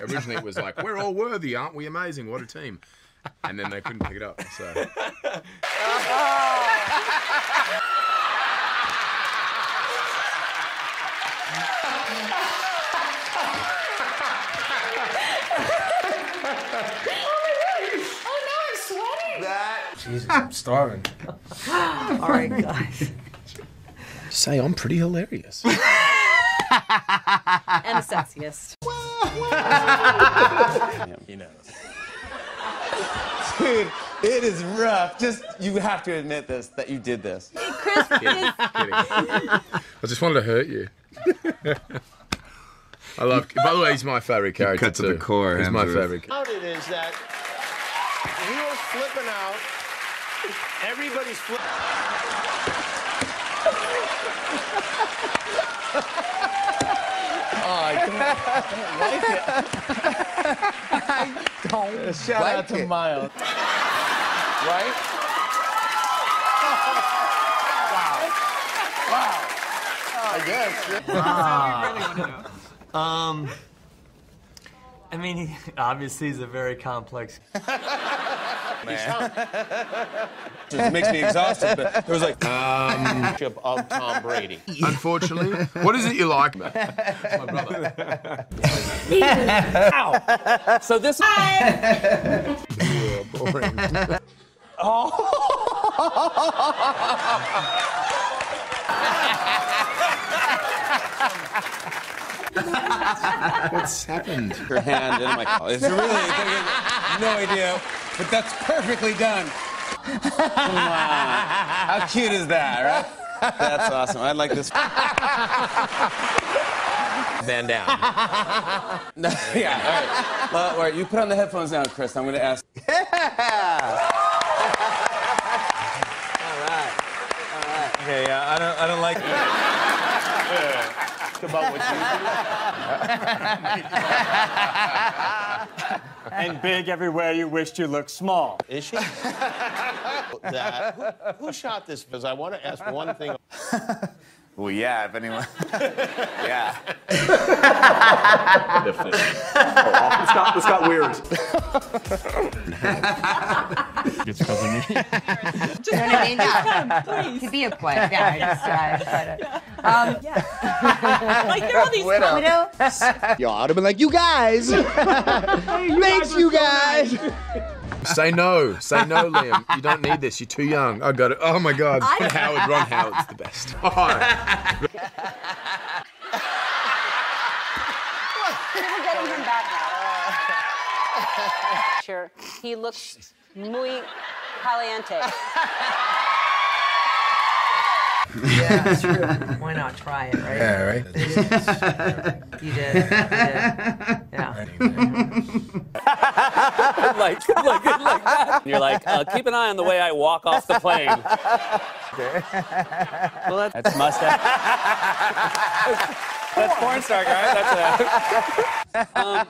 Originally, it was like, we're all worthy, aren't we amazing? What a team. And then they couldn't pick it up. So Oh, Oh no, I'm sweating. Jesus, I'm starving. All right, guys. say, I'm pretty hilarious. And the sexiest. He knows. Dude, it is rough. Just you have to admit this that you did this. Chris is Kidding. I just wanted to hurt you. I love. By the way, he's my favourite character. cut to the too. core, He's my Hemsworth. favourite. Out it is that we are flipping out. Everybody's flipping. Shout out to Miles. right? Um, I mean, he, obviously, he's a very complex. It makes me exhausted, but it was like um, of Tom Brady. Unfortunately, what is it you like? So this Boring. What's happened? her hand in my It's really no idea, but that's perfectly done. How cute is that, right? That's awesome. I like this. Van Down. yeah, all right. Well, all right, you put on the headphones now, Chris. I'm going to ask. Okay, yeah, I don't, I don't like about what you. and big everywhere you wished you looked small. Is she? that. Who, who shot this? Because I want to ask one thing. Well, yeah, if anyone. yeah. You know what I mean? Just come, please. To be a player. Yeah, I just, uh, I try to- Um, Like, there are all these widow. Say no. Say no, Liam. You don't need this. You're too young. I got it. Oh my God. Ron Howard. Ron Howard's the best. Oh, We're getting him back now. Sure. He looks muy caliente. yeah, true. Why not try it, right? Yeah, right? You did. You did. Yeah. like, like, like that. And you're like, uh, keep an eye on the way I walk off the plane. well, that's, that's mustache. that's porn star, guys. That's a... um,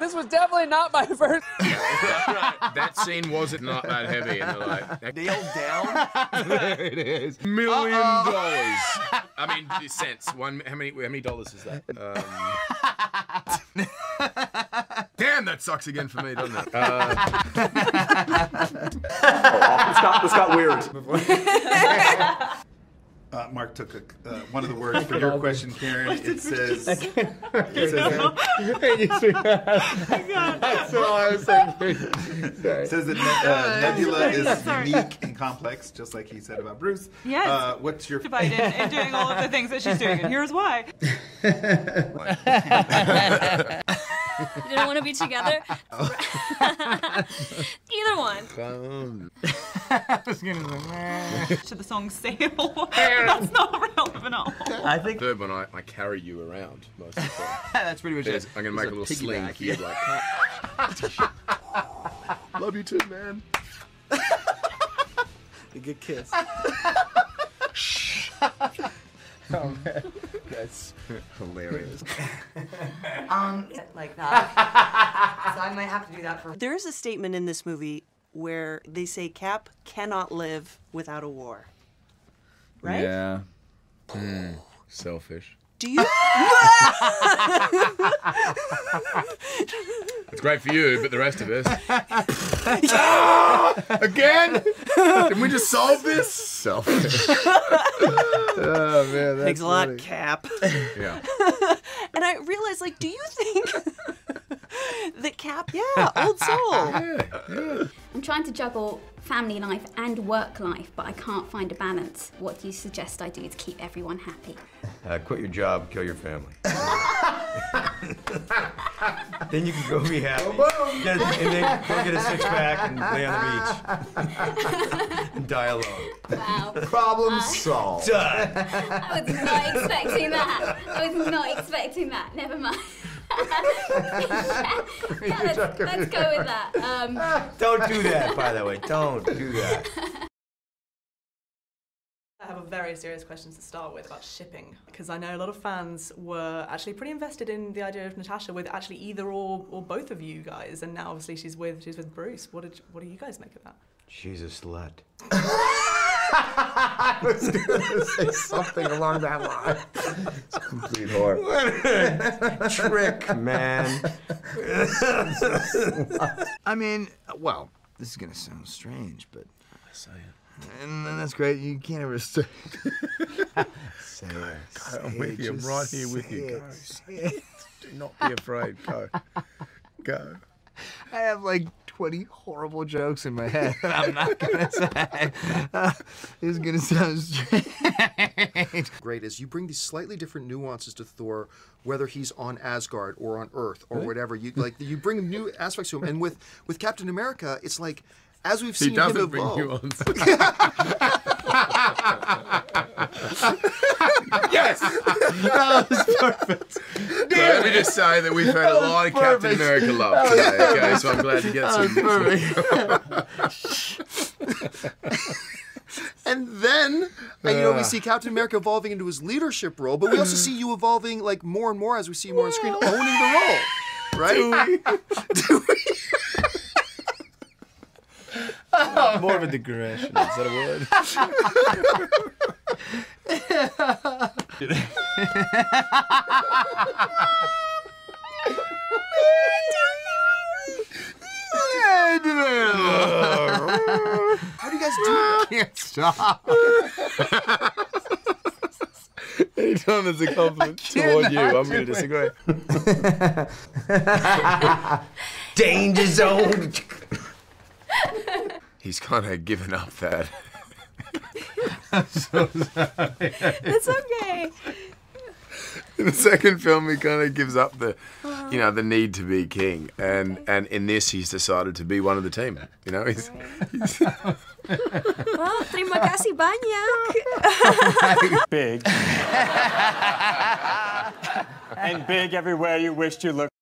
this was definitely not my first. that scene wasn't not that heavy. And they're like, Kneel down. it is. 1000000 dollars. I mean, cents. One. How many? How many dollars is that? Um, damn, that sucks again for me, doesn't it? Uh, Uh, Mark took a, uh, one of the words for your question, Karen. It says. It says It says that uh, Nebula is Sorry. unique and complex, just like he said about Bruce. Yes. Uh, what's your divided and doing all of the things that she's doing. And here's why. you didn't want to be together? Either one. To the song Sail. That's not relevant at all. I think third one, I, I carry you around most of the time. that's pretty much There's- it. I'm gonna make a little sling here, like. Love you too, man. A good kiss. Hilarious. Um, like that. So I might have to do that for. There is a statement in this movie where they say Cap cannot live without a war. Right? Yeah. Selfish. Do you? It's great for you, but the rest of us. Again? Can we just solve this? Selfish. oh man, that's Thanks a lot, funny. Cap. Yeah. and I realized, like, do you think that Cap? Yeah, old soul. I'm trying to juggle family life and work life, but I can't find a balance. What do you suggest I do to keep everyone happy? Uh, quit your job, kill your family. Then you can go be happy. boom. Get a- and then go get a six pack and lay on the beach. and die alone. Wow. Problem Uh, solved. I was not expecting that. I was not expecting that. Never mind. Yeah, let's, let's go with that. Um, Don't do that, by the way. Don't do that. I have a very serious question to start with about shipping because I know a lot of fans were actually pretty invested in the idea of Natasha with actually either or or both of you guys, and now obviously she's with she's with Bruce. What did what do you guys make of that? She's a slut. I was gonna say something along that line. It's complete horror. Trick, man. I mean, well, this is gonna sound strange, but And then that's great. You can't ever say. say it. God, I'm with you. I'm right here with you. Go. Say it. Do not be afraid. Go. Go. I have like 20 horrible jokes in my head that I'm not gonna say. Uh, this is gonna sound strange. Great is you bring these slightly different nuances to Thor, whether he's on Asgard or on Earth or Really? whatever. You like you bring new aspects to him, and with with Captain America, it's like as we've He seen him doesn't bring evolve. nuance. yes, that was perfect. Let me just say that we've had a That was lot of Captain perfect. America That love was today. Okay, perfect. so I'm glad to get That was some. And then, uh, you know, we Ah. see Captain America evolving into his leadership role, but we also see you evolving like more and more as we see you more on screen, owning the role, right? More of a digression. Is that a word? How do you guys do that? Can't stop. Anytime there's a compliment toward you, I'm going to disagree. Danger zone. He's kind of given up that. That's okay. In the second film, he kind of gives up the, you know, the need to be king, and and in this, he's decided to be one of the team. You know, he's. Well, terima kasih banyak. big. and big everywhere you wished you looked.